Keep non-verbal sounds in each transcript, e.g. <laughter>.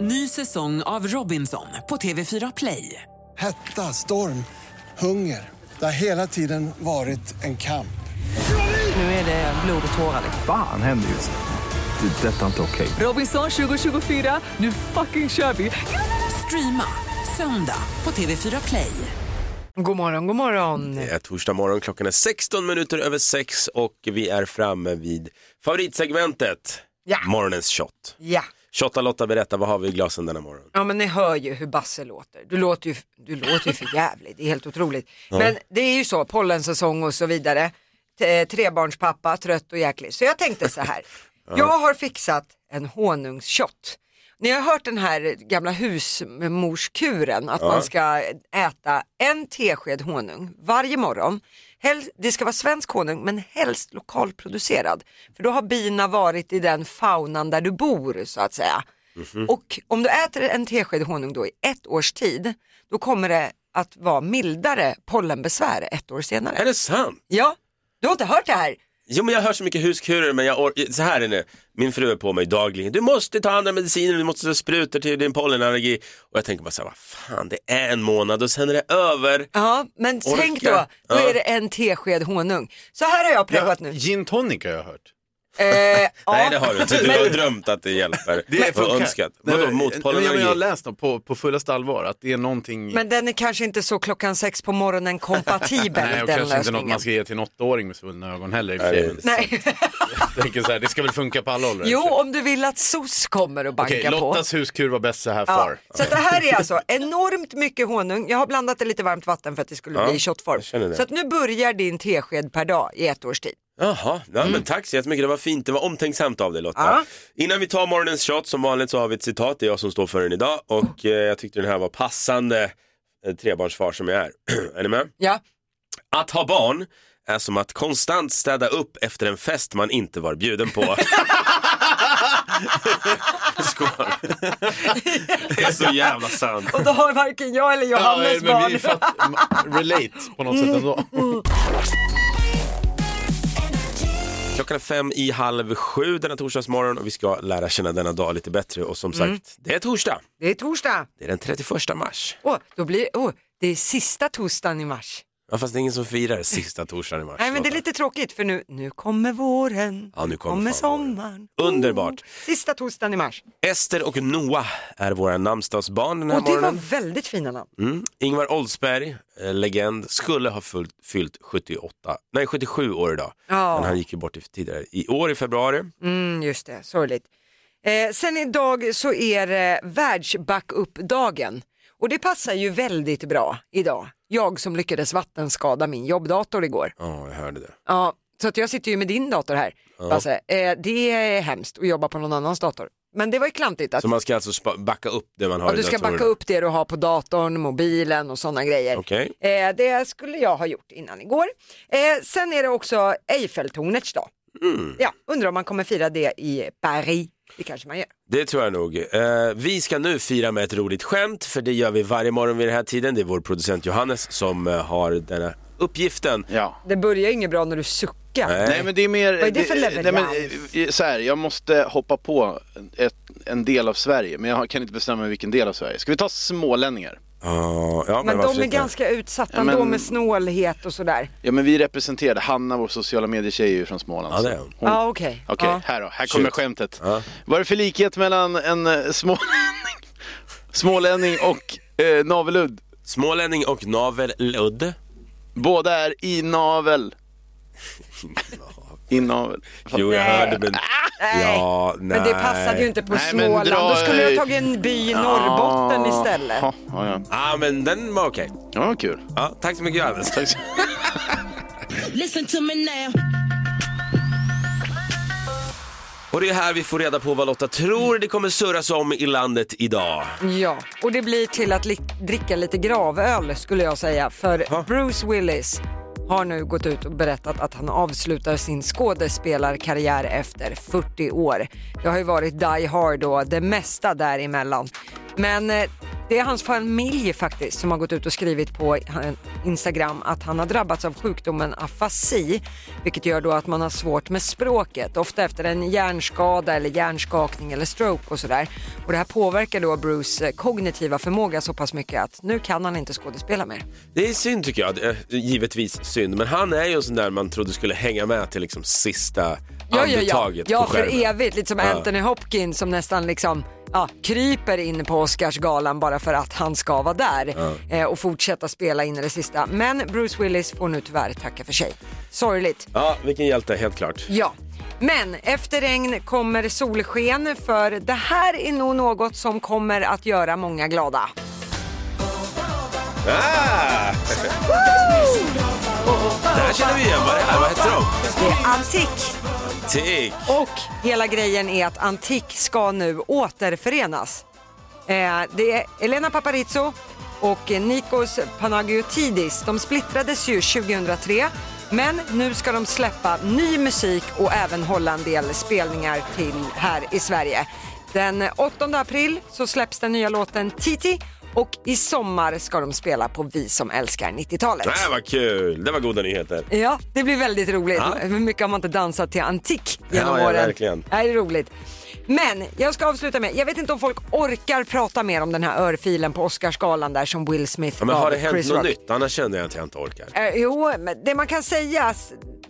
Ny säsong av Robinson på TV4 Play. Hetta, storm, hunger. Det har hela tiden varit en kamp. Nu är det blod och tårar. liksom. Fan händer just nu. Det. är Detta är inte okej. Robinson 2024, nu fucking kör vi! Streama söndag på TV4 Play. God morgon, god morgon. Det är torsdag morgon, klockan är 16 minuter över 6 och vi är framme vid favoritsegmentet, Ja. morgonens shot. Ja. Shotta Lotta, berätta, vad har vi i glasen denna morgon? ja, men ni hör ju hur Basse låter. Du låter ju, du låter ju för jävligt. det är helt otroligt. Men det är ju så, pollensäsong och så vidare. T- eh, trebarnspappa, trött och jäklig. Så jag tänkte så här, jag har fixat en honungsshot. Ni har hört den här gamla husmorskuren, att man ska äta en tesked honung varje morgon. Hel- det ska vara svensk honung men helst lokalproducerad. För då har bina varit i den faunan där du bor så att säga. Mhm. Och om du äter en tesked honung då i ett års tid, då kommer det att vara mildare pollenbesvär ett år senare. Är det sant? Ja, du har inte hört det här? Jo men jag hör så mycket huskurer men jag or- så här är det, min fru är på mig dagligen. Du måste ta andra mediciner, du måste ta sprutor till din pollenallergi. Och jag tänker bara så här, vad fan det är en månad och sen är det över. Ja, men tänk då, då Ja. är det en tesked honung. Så här har jag preppat nu. Gin tonic har jag hört. <laughs> Eh, Nej ja. det har du inte, du har drömt att det hjälper. och önskat. Vadå Nej, mot men- ja, men Jag har pollenallergi? läst dem på, på fullaste allvar, att det är någonting, Men den är kanske inte så klockan sex på morgonen kompatibel, nej, och den kanske lösningen. inte något man ska ge till en åttaåring med svullna ögon heller. i och för Nej, sig, det är Nej, men <laughs> jag tänker så här, det ska väl funka på alla åldrar. i jo och för sig. om du vill att SOS kommer och bankar Okej, på. Lottas huskur var bäst så här Ja, far. så att det här är alltså enormt mycket honung. Jag har blandat det lite varmt vatten för att det skulle bli i jag känner shotform. det. Så att nu börjar din tesked per dag i ett års tid. Jaha, ja, men tack så jättemycket. Det var fint. Det var omtänksamt av dig Lotta. Ja. Innan vi tar morgonens shot, som vanligt så har vi ett citat. Det är jag som står för den idag och eh, jag tyckte den här var passande eh, trebarnsfar som jag är. <clears throat> är ni med? Ja, Att ha barn är som att konstant städa upp efter en fest man inte var bjuden på. <laughs> Skål. Det är så jävla sant. och då har varken jag eller Johannes men vi barn. Mm. fatt, relate på något sätt ändå. Klockan är fem i halv sju denna torsdagsmorgon och vi ska lära känna denna dag lite bättre och som sagt, det är torsdag. Det är torsdag. Det är den 31 mars. Åh, då blir, åh, det är sista torsdagen i mars. Ja, fast det är ingen som firar sista torsdagen i mars. Nej men det är lite tråkigt för nu, nu kommer våren, Ja, nu kommer fan våren. sommaren. Underbart. Oh, sista torsdagen i mars. Ester och Noah är våra namnsdagsbarn den här Och det var morgonen. väldigt fina namn. Mm. Ingvar Oldsberg, eh, legend, skulle ha fyllt, fyllt 78, nej 77 år idag. Ja. Men han gick ju bort i, tidigare i år i februari. Mm, just det, sorgligt. Eh, sen idag så är det världsbackup-dagen och det passar ju väldigt bra idag. Jag som lyckades vattenskada min jobbdator igår. Ja, jag hörde det. Ja, så att jag sitter ju med din dator här. Basse. eh, det är hemskt att jobba på någon annans dator. Men det var ju klantigt att Så man ska alltså spa- backa upp det man har Ja, i du ska datorerna. backa upp det du har på datorn, mobilen och sådana grejer. Okej. Eh, det skulle jag ha gjort innan igår. Eh, sen är det också Eiffeltornets dag. Ja, undrar om man kommer fira det i Paris. Det kanske man gör. Det tror jag nog. Eh, vi ska nu fira med ett roligt skämt, för det gör vi varje morgon vid den här tiden. Det är vår producent Johannes som eh, har denna uppgiften. Ja. Det börjar ju inget bra när du suckar. Nej men det är mer... Vad är det för nej, men, leverans? eh, så här, jag måste hoppa på ett, en del av Sverige, men jag kan inte bestämma vilken del av Sverige. Ska vi ta smålänningar? Ja, ja, Men varför de är inte? ganska utsatta Ja, men- ändå med snålhet och sådär. Ja men vi representerade, Hanna vår sociala medietjej är ju från Småland. Ja, så det är hon. Ja ah, okej. Okej, Ja. här då. Här kommer Shoot. skämtet. Ja. Vad är det för likhet mellan en eh, smålänning, smålänning och eh, naveludd? Smålänning och navelludd. Båda är <laughs> i navel. I navel. Jo, jag Nej. hörde men... Nej. Ja, nej. Men det passade ju inte på Nej, men Småland. dra- Då skulle jag ha tagit en by i Norrbotten istället. Ja, ja, ja. Ja, men den var okej. ja vad kul. Ja, tack så mycket Johannes. <laughs> Tack så Listen to me now. Och det är här vi får reda på vad Lotta tror det kommer surras om i landet idag. Ja, och det blir till att li- dricka lite gravöl skulle jag säga. För Bruce Willis har nu gått ut och berättat att han avslutar sin skådespelarkarriär efter 40 år. Det har ju varit Die Hard och det mesta däremellan. Men eh, Det är hans familj faktiskt som har gått ut och skrivit på han- Instagram att han har drabbats av sjukdomen afasi, vilket gör då att man har svårt med språket, ofta efter en hjärnskada eller hjärnskakning eller stroke och sådär. Och det här påverkar då Bruce eh, kognitiva förmåga så pass mycket att nu kan han inte skådespela mer. Det är synd tycker jag, Det är givetvis synd. Men han är ju en sån där man trodde skulle hänga med till liksom sista Ja, ja, ja. andetaget ja på för skärmen. evigt. Lite som Ja. Anthony Hopkins som nästan liksom ja, kryper in på Oscarsgalan bara för att han ska vara där eh, och fortsätta spela in i det sista. Men Bruce Willis får nu tyvärr tacka för sig. Sorgligt. Ja, vilken hjälte, helt klart. Ja. Men efter regn kommer solsken för det här är nog något som kommer att göra många glada. Ah! Det här känner vi igen, vad är det här? Vad heter de? Det är antik Tick! och hela grejen är att antik ska nu återförenas. Eh, det är Elena Paparizou och eh, Nikos Panagiotidis. De splittrades ju 2003 men nu ska de släppa ny musik och även hålla en del spelningar till här i Sverige. Den 8 april så släpps den nya låten Titi och i sommar ska de spela på Vi som älskar 90-talet. Det här var kul, det var goda nyheter. Ja, det blir väldigt roligt. Ja. Hur mycket har man inte dansat till antik genom Ja, ja, åren? verkligen. Nej, det är roligt. Men jag ska avsluta med, jag vet inte om folk orkar prata mer om den här örfilen på Oscarsgalan där som Will Smith Ja, men gav har det hänt Chris något Rock. nytt? Annars känner jag att jag inte orkar. Eh, jo, men det man kan säga,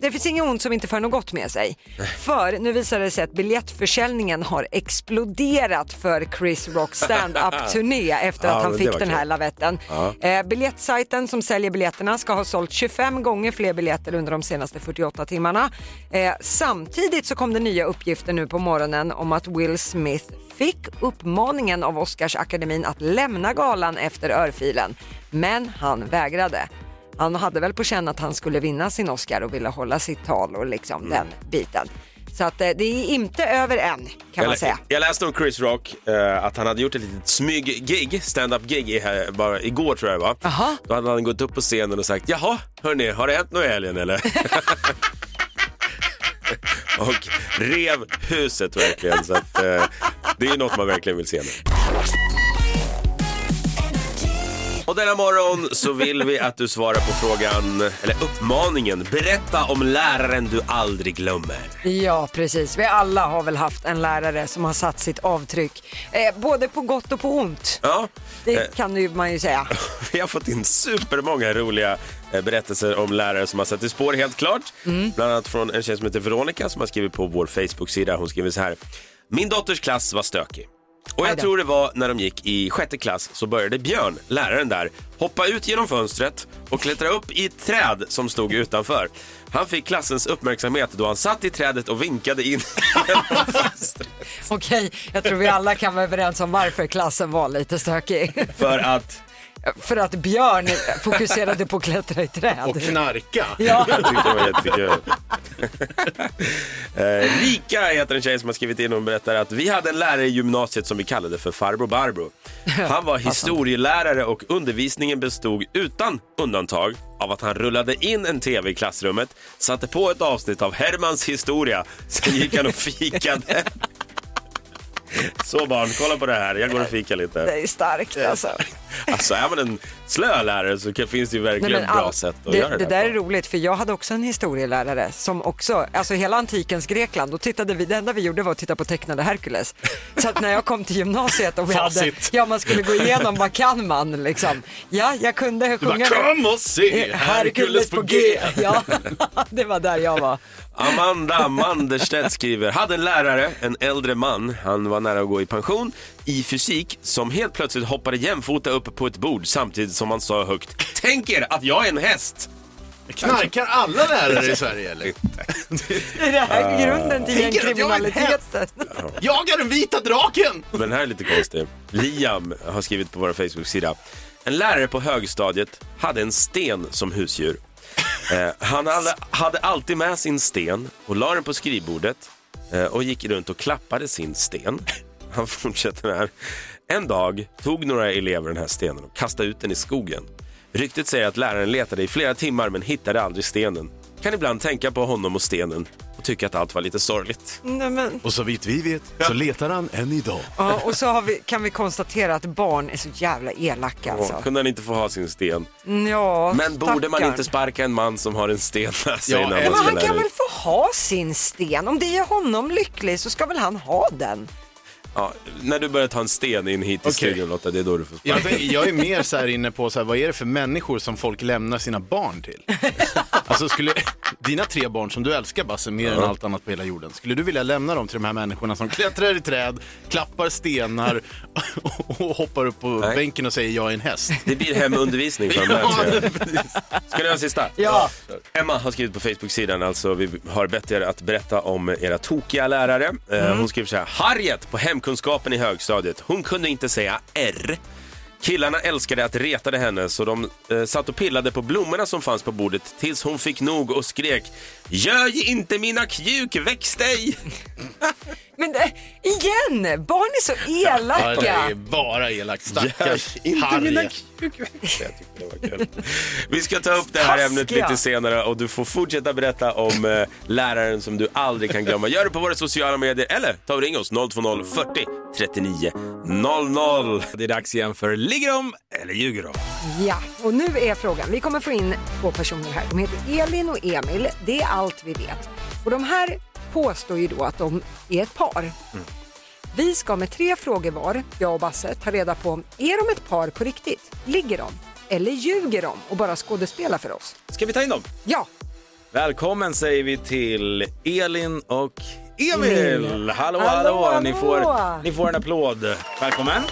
det finns inget ont som inte för något gott med sig. För nu visar det sig att biljettförsäljningen har exploderat för Chris Rocks stand-up-turné efter <laughs> Ja, att han men det fick var den här kul. lavetten. Eh, biljettsajten som säljer biljetterna ska ha sålt 25 gånger fler biljetter under de senaste 48 timmarna. Eh, samtidigt så kom det nya uppgifter nu på morgonen om att Will Smith fick uppmaningen av Oscarsakademin att lämna galan efter örfilen. Men han vägrade. Han hade väl på känn att han skulle vinna sin Oscar och ville hålla sitt tal och liksom den biten. Så att eh, det är inte över än kan man Jag, säga. jag läste om Chris Rock, eh, att han hade gjort ett litet smyg-gig, stand-up-gig i här- bara igår tror jag va. Jaha. Då hade han gått upp på scenen och sagt, jaha, hörni, har det hänt något i helgen eller? <laughs> och rev huset verkligen. Så att, eh, det är något man verkligen vill se nu. Och denna morgon så vill vi att du svarar på frågan, eller uppmaningen, berätta om läraren du aldrig glömmer. Ja precis, vi alla har väl haft en lärare som har satt sitt avtryck. Eh, både på gott och på ont. Ja. eh, Det kan ju man ju säga. Vi har fått in supermånga roliga eh, berättelser om lärare som har satt i spår helt klart. Bland annat från en tjej som heter Veronica som har skrivit på vår Facebook-sida. Hon skriver så här. Min dotters klass var stökig. Och Aj jag då. tror det var när de gick i sjätte klass så började Björn, läraren där, hoppa ut genom fönstret och klättra upp i ett träd som stod utanför. Han fick klassens uppmärksamhet då han satt i trädet och vinkade in <laughs> genom fönstret. Okej, jag tror vi alla kan vara överens om varför klassen var lite stökig. För att För att Björn fokuserade på att klättra i träd. Och knarka. Ja. <laughs> Jag tyckte det var jättekul. <laughs> Eh, Rika heter en tjej som har skrivit in och berättar att vi hade en lärare i gymnasiet som vi kallade för farbror Barbro. <laughs> Han var historielärare och undervisningen bestod utan undantag av att han rullade in en tv i klassrummet, satte på ett avsnitt av Hermans historia, sen gick <laughs> han och fikade. Så barn, kolla på det här. Jag går och fikar lite. Det är starkt alltså. Alltså är man en slö lärare så kan- finns det ju Nej, verkligen men all- bra sätt att det, göra det, det där på. är roligt för jag hade också en historielärare som också, alltså hela antikens Grekland, då tittade vi, det enda vi gjorde var att titta på tecknade Herkules. Så att när jag kom till gymnasiet och vi hade, Facit. ja man skulle gå igenom, vad kan man liksom? Ja, jag kunde Du bara, sjunga Eh, kom och se, Herkules på G. <laughs> Ja, det var där jag var. <laughs> Amanda Manderstedt skriver, hade en lärare, en äldre man, han var nära att gå i pension, i fysik som helt plötsligt hoppade jämfota upp på ett bord samtidigt som han sa högt Tänk er att jag är en häst! Knarkar alla lärare i Sverige eller? Det är det här grunden till Ah. Tänker att jag är en gängkriminaliteten. Jag är den vita draken! Men den här är lite konstig. Liam har skrivit på vår Facebook-sida. En lärare på högstadiet hade en sten som husdjur. Eh, han hade, hade alltid med sin sten och la den på skrivbordet eh, och gick runt och klappade sin sten. Han fortsätter här. En dag tog några elever den här stenen och kastade ut den i skogen. Ryktet säger att läraren letade i flera timmar men hittade aldrig stenen. kan ibland tänka på honom och stenen och tycka att allt var lite sorgligt. <laughs> Nej, men, Och så vitt vi vet så letar han än idag. ja, och så har vi, kan vi konstatera att barn är så jävla elaka alltså. Kunde han inte få ha sin sten? Ja, Men borde man stackarn. inte sparka en man som har en sten med sig Ja, när man eller- Men han spelar kan ut? väl få ha sin sten? Om det gör honom lycklig så ska väl han ha den? Ja, när du börjar ta en sten in hit till Okej. studion Lotta, det är då du får sparka. Jag, tänker- jag är mer så här inne på så här, vad är det för människor som folk lämnar sina barn till? Alltså skulle, dina tre barn som du älskar Basse mer än allt annat på hela jorden, skulle du vilja lämna dem till de här människorna som klättrar i träd, klappar stenar och, och hoppar upp på Nej. bänken och säger jag är en häst? Det blir hemundervisning framöver. tror jag. Ska ni ha en sista? Ja. Emma har skrivit på Facebook-sidan, alltså vi har bett er att berätta om era tokiga lärare. Eh, Hon skriver så här, Harriet på hemkunskapen i högstadiet, hon kunde inte säga R. Killarna älskade att retade henne så de eh, satt och pillade på blommorna som fanns på bordet tills hon fick nog och skrek Göj inte mina kjukväxt dig! Men eh, igen, barn är så <laughs> Ja, det är elaka. bara elakt. Stackars Inte mina Harriet. kukväxter. Jag tyckte det var kul. <laughs> Vi ska ta upp det här ämnet Taskiga. lite senare och du får fortsätta berätta om eh, läraren som du aldrig kan glömma. Gör det på våra sociala medier eller ta och ring oss 020 40 39 00. Det är dags igen för Ligger de eller ljuger de? Ja, och nu är frågan. Vi kommer få in två personer här. De heter Elin och Emil. Det är allt vi vet. Och de här påstår ju då att de är ett par. Mm. Vi ska med tre frågor var, jag och Basse, ta reda på om är de ett par på riktigt? Ligger de? Eller ljuger de och bara skådespelar för oss? Ska vi ta in dem? Ja, Välkommen säger vi till Elin och Emil. Emil. Hallå, Hallå, hallå, hallå. Ni, får, ni får en applåd. Välkommen.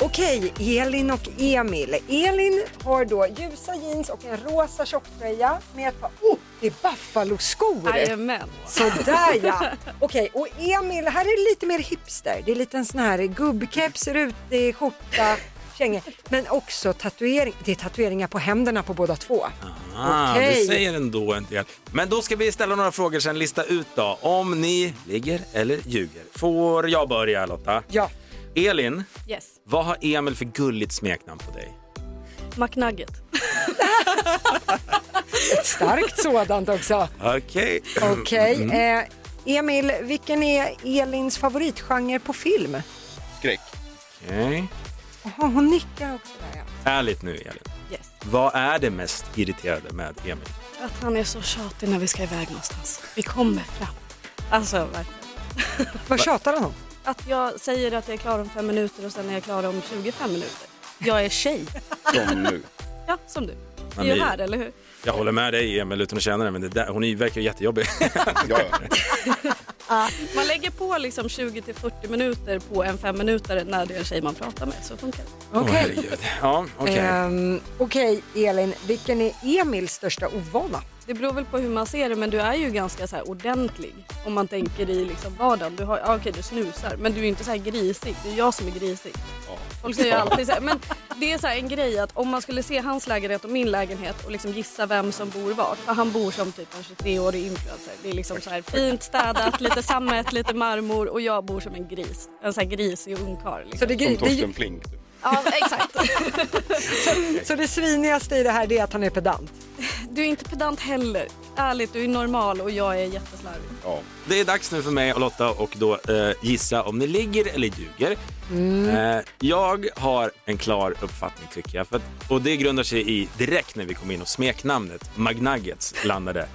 Okej, Elin och Emil. Elin har då ljusa jeans och en rosa tjocktröja med ett par... Oh, det är Buffalo-skor! Jajamän. Sådär ja! Okej, och Emil, här är det lite mer hipster. Det är lite en sån här gubbkeps, rutig skjorta, kängor. Men också tatuering. Det är tatueringar på händerna på båda två. Ah, Okej. Du säger ändå en del. Men då ska vi ställa några frågor sen lista ut då om ni ligger eller ljuger. Får jag börja Lotta? Ja, Elin, Yes. vad har Emil för gulligt smeknamn på dig? McNugget. ett starkt <laughs> sådant också. Okej. Okej, Mm. eh, Emil, vilken är Elins favoritgenre på film? Skräck. Okej. Jaha, hon nickar också där ja. Ärligt nu Elin, Yes. vad är det mest irriterande med Emil? Att han är så tjatig när vi ska iväg någonstans. Vi kommer fram. Alltså verkligen. Vad tjatar han om? Att jag säger att jag är klar om fem minuter och sen är jag klar om 25 minuter. Jag är tjej. Kom nu. Ja, som du. Ja, Vi är men- här, eller hur? Jag håller med dig Emil utan att känna det, men det där, hon är- verkar ju jättejobbig. Ja, ja. Man lägger på liksom 20 till 40 minuter på en fem minuter när det är en tjej man pratar med. Så funkar det. Åh, Okej. herregud. ja, okej. Ehm, Okej, Elin, vilken är Emils största ovana? Det beror väl på hur man ser det, men du är ju ganska så här ordentlig om man tänker i liksom vardagen. Du har, ja, okej, du snusar, men du är ju inte så här grisig. Det är jag som är grisig. Folk säger ju alltid så här, men det är så här en grej att om man skulle se hans lägenhet och min lägenhet och liksom gissa vem som bor var. För han bor som typ en 23-årig influencer. Det är liksom så här fint städat, lite sammet, lite marmor och jag bor som en gris. En så här grisig ungkarl. Liksom. Så det, Som gri- Torsten Flink. Ja, exakt. det, så det svinigaste i det här det är att han är pedant? Du är inte pedant heller. Ärligt, du är normal och jag är jätteslarvig. Ja. Det är dags nu för mig och Lotta och då eh, gissa om ni ligger eller ljuger. Eh, jag har en klar uppfattning tycker jag. För att, och det grundar sig i direkt när vi kom in och smeknamnet Magnuggets landade.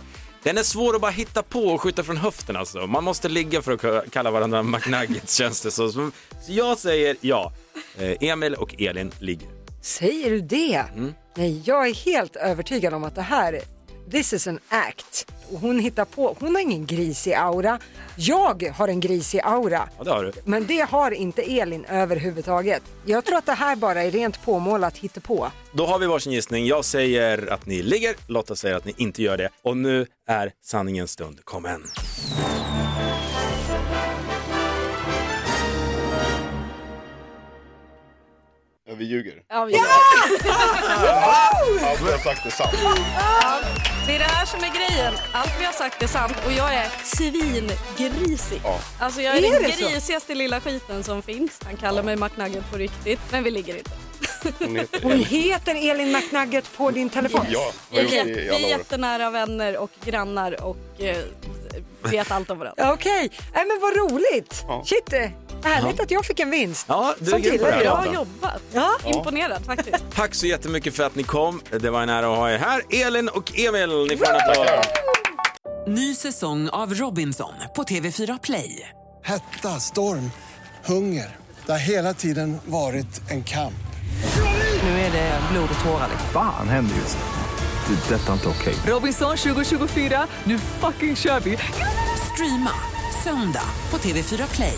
Den är svår att bara hitta på och skjuta från höften alltså. Man måste ligga för att k- kalla varandra Magnuggets känns det så. Så jag säger ja. Eh, Emil och Elin ligger. Säger du det? Nej, jag är helt övertygad om att det här, this is an act. Och Hon hittar på, hon har ingen grisig aura. Jag har en grisig aura. Ja, det har du. Men det har inte Elin överhuvudtaget. Jag tror att det här bara är rent påmålat hittepå. Då har vi varsin gissning. Jag säger att ni ligger, Lotta säger att ni inte gör det. Och nu är sanningens stund kommen. Ja, vi ljuger. Ja, vi gör det. Allt jag har sagt är sant. Det är det här som är grejen. Allt vi har sagt är sant och jag är svingrisig. Alltså jag är, Är den det så? grisigaste lilla skiten som finns. Han kallar mig McNugget på riktigt, men vi ligger inte. Hon heter Hon Elin. heter Elin McNugget på din telefon. Ja, Vi har gjort är, det i vi alla är år. jättenära vänner och grannar och eh, vet allt om varandra. Ja, Okej, Nej, men vad roligt. Shit, eh, vad härligt att jag fick en vinst. Ja, du är Som grym på kille det här, idag. Lotta. Bra jobbat! Ja. Imponerad faktiskt. Tack så jättemycket för att ni kom. Det var en ära att ha er här. Elin och Emil, ni får en applåd. Ny säsong av Robinson på TV4 Play. Hetta, storm, hunger. Det har hela tiden varit en kamp. Nu är det blod och tårar. liksom. Fan händer just nu. Det. är Detta är inte okej. Robinson 2024, nu fucking kör vi! Streama söndag på TV4 Play.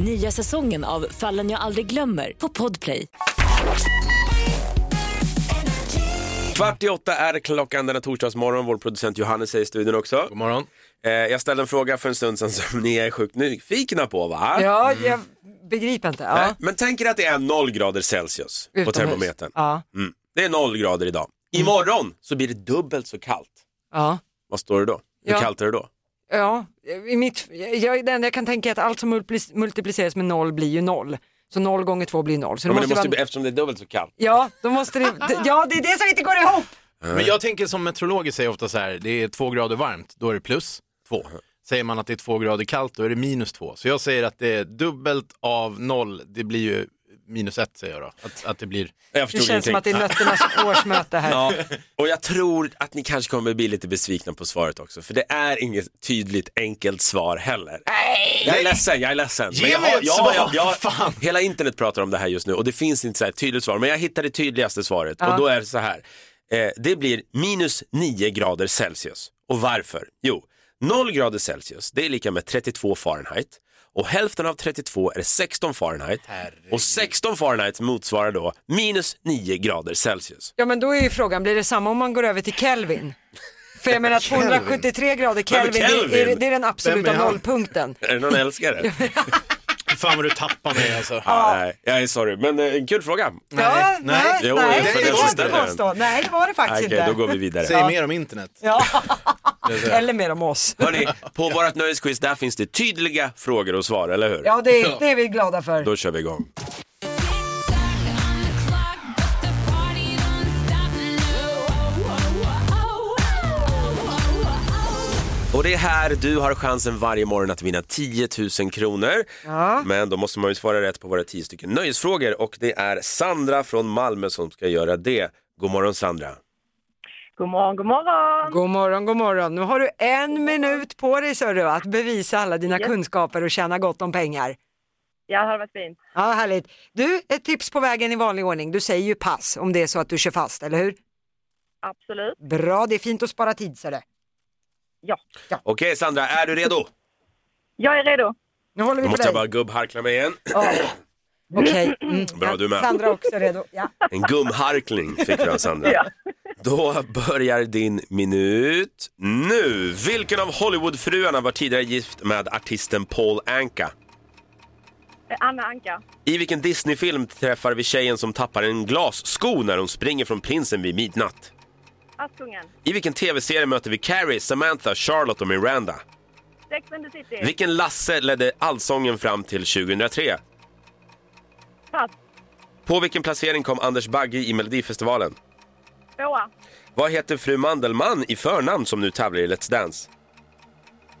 Nya säsongen av Fallen jag aldrig glömmer på Podplay. Kvart i åtta är klockan denna torsdagsmorgon. Vår producent Johannes är i studion också. God morgon. Jag ställde en fråga för en stund sedan som <laughs> ni är sjukt nyfikna på va? Ja, Mm. jag begriper inte. Nej, Ja. Men tänk er att det är noll grader Celsius Utomhus. på termometern. Ja. Mm. Mm. Det är noll grader idag. Imorgon så blir det dubbelt så kallt. Ja. Vad står det då? Hur Ja. kallt är det då? Ja, i mitt, jag, det enda jag kan tänka är att allt som multiplis- multipliceras med noll blir ju noll. Så noll gånger två blir noll. Så Ja, det men det måste måste, vara, bli- Eftersom det är dubbelt så kallt. ja, då måste det, d- ja, det är det som inte går ihop. Men jag tänker som meteorologer säger ofta så här, det är två grader varmt, då är det plus två. Säger man att det är två grader kallt, då är det minus två. Så jag säger att det är dubbelt av noll, det blir ju minus ett säger jag då. Att, att det blir... Jag förstod ingenting. <laughs> årsmöte här. Ja. Och jag tror att ni kanske kommer bli lite besvikna på svaret också, för det är inget tydligt enkelt svar heller. Jag är ledsen, jag är ledsen. Ge Men jag mig har- ett ja, svar, jag, jag, Hela internet pratar om det här just nu och det finns inte så här ett tydligt svar, men jag hittade det tydligaste svaret Ja. och då är det så här. Eh, det blir minus 9 grader Celsius. Och varför? Jo, 0 grader Celsius, det är lika med 32 Fahrenheit och hälften av 32 är 16 Fahrenheit och 16 Fahrenheit motsvarar då minus 9 grader Celsius. Ja, men då är ju frågan, blir det samma om man går över till Kelvin? För jag menar <laughs> Kelvin? 273 grader Vem är Kelvin, Det, är, Kelvin? det är den absoluta Vem är han? nollpunkten. Är det någon älskare? Fan vad du tappar mig alltså. Ja, nej, jag är sorry, men eh, en kul fråga. Ja, nej, nej, Jo, nej, jag får det den var som inte ställer den. påstå. Nej, det var det faktiskt Okej, inte. då går vi vidare. Säg Ja. mer om internet. Ja. <laughs> Det är så här. Eller mer om oss. Hörni, på vårt nöjesquiz där finns det tydliga frågor och svar, eller hur? Ja, det, det är vi glada för. Då kör vi igång. Och det är här du har chansen varje morgon att vinna 10 000 kronor. Ja. Men då måste man ju svara rätt på våra 10 stycken nöjesfrågor och det är Sandra från Malmö som ska göra det. God morgon Sandra. God morgon, god morgon. God morgon, god morgon. Nu har du en minut på dig så du, att bevisa alla dina kunskaper och tjäna gott om pengar. Ja, det har varit fint. Ja, härligt. Du, ett tips på vägen i vanlig ordning. Du säger ju pass om det är så att du kör fast, eller hur? Absolut. Bra, det är fint att spara tid så det. Okej Sandra, är du redo? Jag är redo. Nu håller Då vi på måste jag dig. bara gubbharkla mig igen. Okej. Mm. Bra, du med. Sandra också redo. Ja. En gumharkling fick du av Sandra. Ja. Då börjar din minut nu. Vilken av Hollywoodfruarna var tidigare gift med artisten Paul Anka? Eh, Anna Anka. I vilken Disney-film träffar vi tjejen som tappar en glassko när hon springer från prinsen vid midnatt? Askungen. I vilken tv-serie möter vi Carrie, Samantha, Charlotte och Miranda? Sex and the City. Vilken Lasse ledde Allsången fram till 2003? Pass. På vilken placering kom Anders Bagge i Melodifestivalen? Tvåa. Vad heter fru Mandelmann i förnamn som nu tävlar i Let's Dance?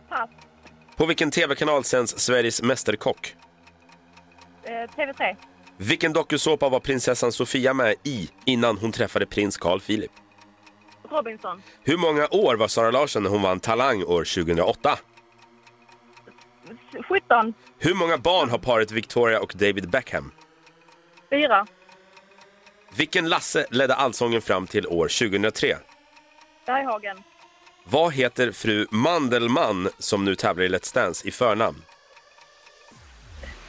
Pass. På vilken tv-kanal sänds Sveriges Mästerkock? Eh, TV3. Vilken dokusåpa var prinsessan Sofia med i innan hon träffade prins Carl Philip? Robinson. Hur många år var Sara Larsson när hon vann Talang år 2008? 17. Hur många barn har paret Victoria och David Beckham? 4. Vilken Lasse ledde Allsången fram till år 2003? Berghagen. Vad heter fru Mandelmann som nu tävlar i Let's Dance i förnamn?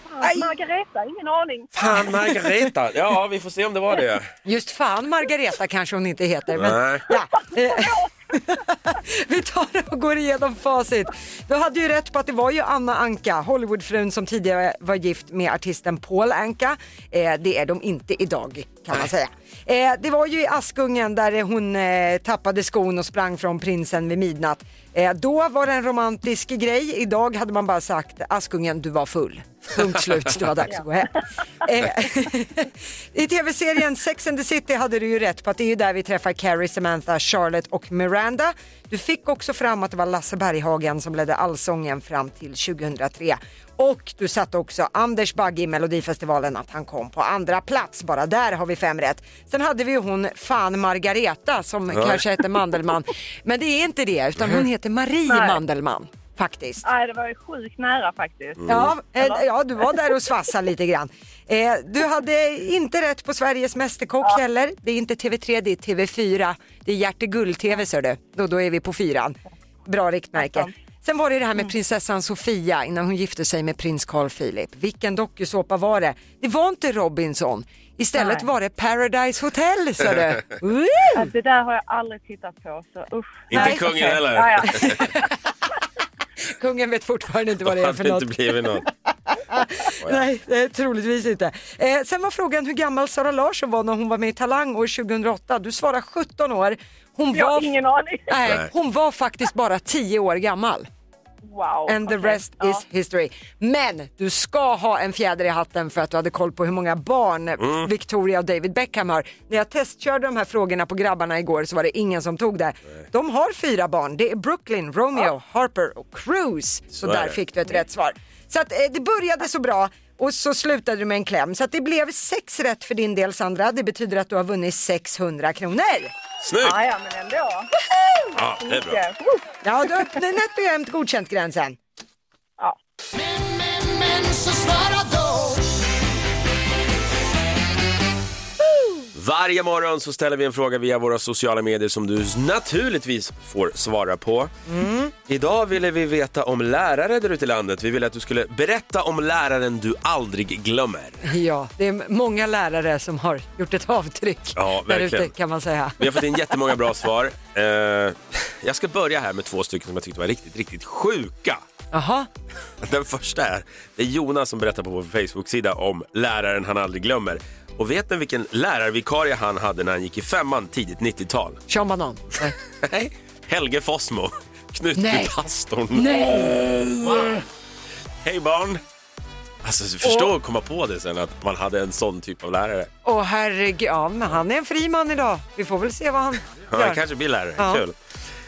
Fan, Aj. Margareta, ingen aning. Fan, Margareta. Ja, vi får se om det var det. Just fan Margareta kanske hon inte heter. Men, Nej. ja. Eh, <laughs> Vi tar och går igenom facit. Du hade ju rätt på att det var ju Anna Anka, Hollywoodfrun som tidigare var gift med artisten Paul Anka. Eh, det är de inte idag kan man säga. Eh, det var ju i Askungen där hon eh, tappade skon och sprang från prinsen vid midnatt. Eh, då var det en romantisk grej. Idag hade man bara sagt Askungen, du var full. Punkt slut, det var dags att gå hem. Eh, <laughs> I tv-serien Sex and the City hade du ju rätt på att det är ju där vi träffar Carrie, Samantha, Charlotte och Miranda. Du fick också fram att det var Lasse Berghagen som ledde Allsången fram till 2003. Och du satte också Anders Bagge i Melodifestivalen att han kom på andra plats. Bara där har vi fem rätt. Sen hade vi ju hon fan Margareta som Ja. kanske <laughs> hette Mandelman. Men det är inte det utan hon heter Marie Nej. Mandelman faktiskt. Nej, det var ju sjukt nära faktiskt. Ja, eh, Mm. Eller? ja, du var där och svassade lite grann. Eh, du hade inte rätt på Sveriges Mästerkock heller. Det är inte TV3, det är TV4. Det är Hjärte Guld-TV, ser du. Då, då är vi på fyran. Bra riktmärke. Sen var det det här Mm. med prinsessan Sofia innan hon gifte sig med prins Carl Philip. Vilken dokusåpa var det? Det var inte Robinson. Istället Nej. var det Paradise Hotel, sa du. <laughs> Woo! Ja, Det där har jag aldrig tittat på, så usch. Inte Nej, kungen okej. <laughs> heller. Ja, ja. Kungen vet fortfarande inte Då vad det är för hade det något. inte blivit något. Nej, det är troligtvis inte. Eh, sen var frågan hur gammal Sara Larsson var när hon var med i Talang år 2008. Du svarar 17 år. Hon Jag har var... ingen aning. Nej, Nej. hon var faktiskt bara 10 år gammal. Wow. And the okej. rest is history. Men du ska ha en fjäder i hatten för att du hade koll på hur många barn Mm. Victoria och David Beckham har. När jag testkörde de här frågorna på grabbarna igår så var det ingen som tog det. De har fyra barn. Det är Brooklyn, Romeo, Harper och Cruise. Så, Ah. Så är där det. fick du ett rätt svar. Så att, eh, det började så bra och så slutade du med en kläm. Så att det blev sex rätt för din del Sandra. Det betyder att du har vunnit 600 kronor. Snyggt! Ja, ja, men ändå. Ja, det är bra. Ja, du har nätt och jämnt godkänt gränsen. Varje morgon så ställer vi en fråga via våra sociala medier som du naturligtvis får svara på. Idag ville vi veta om lärare där ute i landet. Vi ville att du skulle berätta om läraren du aldrig glömmer. Ja, det är många lärare som har gjort ett avtryck Ja, där ute verkligen. kan man säga. Vi har fått in jättemånga bra svar. Eh, jag ska börja här med två stycken som jag tyckte var riktigt, riktigt sjuka. Jaha, Den första är, det är Jonas som berättar på vår Facebook-sida om läraren han aldrig glömmer. Och vet ni vilken lärarvikarie han hade när han gick i femman tidigt 90-tal? Sean Banan. Nej. Nej. Helge Fossmo, Nej. Knutbypastorn. Nej. Va? Hej barn! Alltså förstå att komma på det sen att man hade en sån typ av lärare. Åh herregud, ja, men han är en fri man idag. Vi får väl se vad han Ja, gör. han kanske blir lärare. Ja. Kul.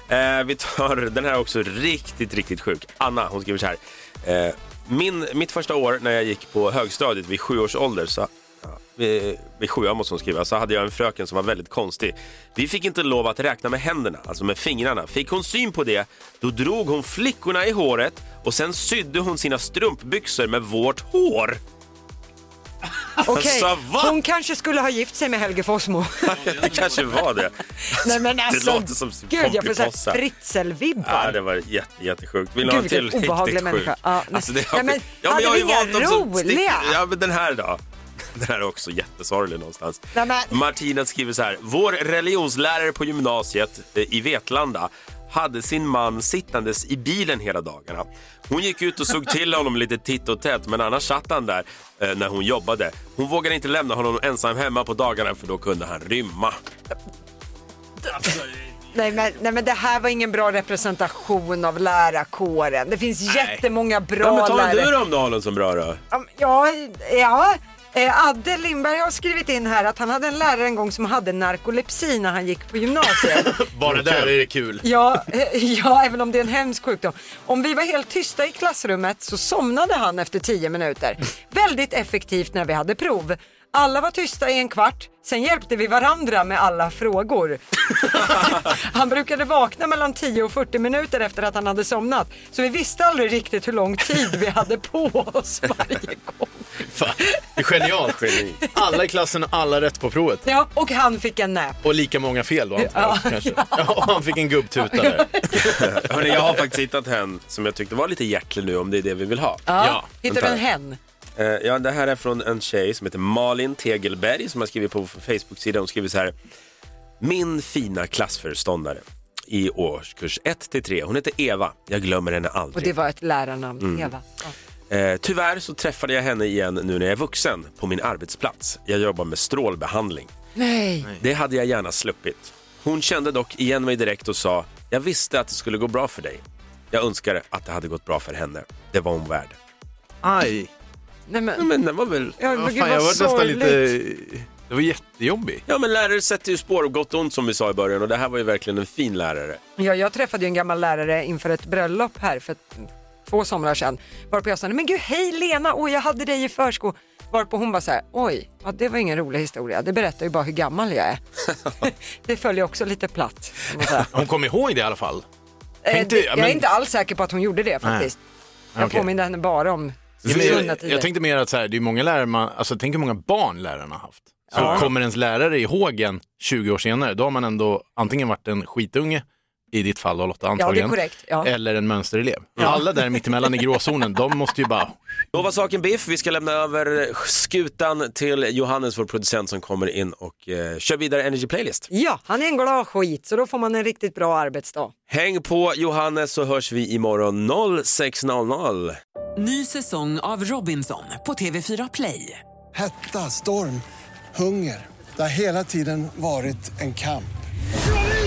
Eh, vi tar <laughs> den här är också riktigt, riktigt sjuk. Anna, hon skriver så här. Eh, min, mitt första år när jag gick på högstadiet vid sju års ålder så ja, vid, vid sjuan måste hon skriva, så hade jag en fröken som var väldigt konstig. Vi fick inte lov att räkna med händerna, alltså med fingrarna. Fick hon syn på det, då drog hon flickorna i håret och sen sydde hon sina strumpbyxor med vårt hår. <laughs> Okej, Alltså, va? hon kanske skulle ha gift sig med Helge <laughs> Fossmo. det kanske var det. Nej men alltså, det låter som gud jag får Pomperipossa. såhär fritzelvibbar. Ja, det var jätte, jättesjukt. Vill Gud, du ha en vilken till riktigt obehaglig sjuk? människa. Ja, nej. Alltså, det har Nej, men vi- ja, men hade jag har ju vi inga valt dem som roliga? sticker. Ja, men den här då? <laughs> Den här är också jättesorglig någonstans. Nej, men- Martina skriver så här. Vår religionslärare på gymnasiet eh, i Vetlanda hade sin man sittandes i bilen hela dagarna. Hon gick ut och såg till honom lite titt och tätt men annars satt han där eh, när hon jobbade. Hon vågade inte lämna honom ensam hemma på dagarna för då kunde han rymma. Nej, men, nej men det här var ingen bra representation av lärarkåren. Det finns jättemånga bra ja, men ta en lärare. du då om du har någon som bra då. Ja, men- Ja, ja. Eh, Adde Lindberg har skrivit in här att han hade en lärare en gång som hade narkolepsi när han gick på gymnasiet. Bara där är det kul. Ja, eh, ja, även om det är en hemsk sjukdom. Om vi var helt tysta i klassrummet så somnade han efter tio minuter. Väldigt effektivt när vi hade prov. Alla var tysta i en kvart, sen hjälpte vi varandra med alla frågor. <laughs> Han brukade vakna mellan 10 och 40 minuter efter att han hade somnat, så vi visste aldrig riktigt hur lång tid vi hade på oss. Fan, det är genialt. Alla i klassen har alla rätt på provet. Ja, och han fick en nap. Och lika många fel då antagligen. Ja. kanske. Ja, han fick en gubbtuta där. <laughs> Hörrni, jag har faktiskt hittat en som jag tyckte var lite hjärtlig nu om det är det vi vill ha. Ja. Hittade du en Vänta. hen? Eh, ja, det här är från en tjej som heter Malin Tegelberg som har skrivit på Facebook-sidan. Hon skriver så här. Min fina klassföreståndare i årskurs 1 till 3. Hon heter Eva. Jag glömmer henne Och aldrig. det var ett lärarnamn, Mm. Eva. Ja. Eh, tyvärr så träffade jag henne igen nu när jag är vuxen på min arbetsplats. Jag jobbar med strålbehandling. Nej. Det hade jag gärna sluppit. Hon kände dock igen mig direkt och sa “Jag visste att det skulle gå bra för dig. Jag önskar att det hade gått bra för henne. Det var hon värd.” Aj. Nej men, men den var väl... Ja, men Vad gud, fan, jag vad var nästan sorgligt. lite... Det var jättejobbig. Ja, men lärare sätter ju spår, gott och ont som vi sa i början och det här var ju verkligen en fin lärare. Ja, jag träffade ju en gammal lärare inför ett bröllop här för ett- två somrar sedan. Varpå jag sa, "Nej, men gud, hej Lena, oj jag hade dig i försko. Varpå hon var så här, oj, ja, det var ingen rolig historia, det berättar ju bara hur gammal jag <laughs> är. det följer också lite platt. kan man säga. Hon kom ihåg det i alla fall. Eh, <laughs> Tänkte- det, ja, jag men- är inte alls säker på att hon gjorde det faktiskt. Jag Okej. påminner henne bara om Ja, men svunna jag, tider. jag tänkte mer att så här, det är många lärare man, alltså tänk hur många barn lärarna har haft. Så Ja. kommer ens lärare ihåg en 20 år senare, då har man ändå antingen varit en skitunge, i ditt fall då Lotta det är antagligen, Eh, korrekt, ja. eller en mönsterelev. Alla där mittemellan i gråzonen, de måste ju bara, Då var saken biff. Vi ska lämna över skutan till Johannes, vår producent, som kommer in och eh, kör vidare Energy Playlist. Ja, han är en glad skit så då får man en riktigt bra arbetsdag. Häng på Johannes så hörs vi imorgon 06.00. Ny säsong av Robinson på TV4 Play. Hetta, storm, hunger. Det har hela tiden varit en kamp.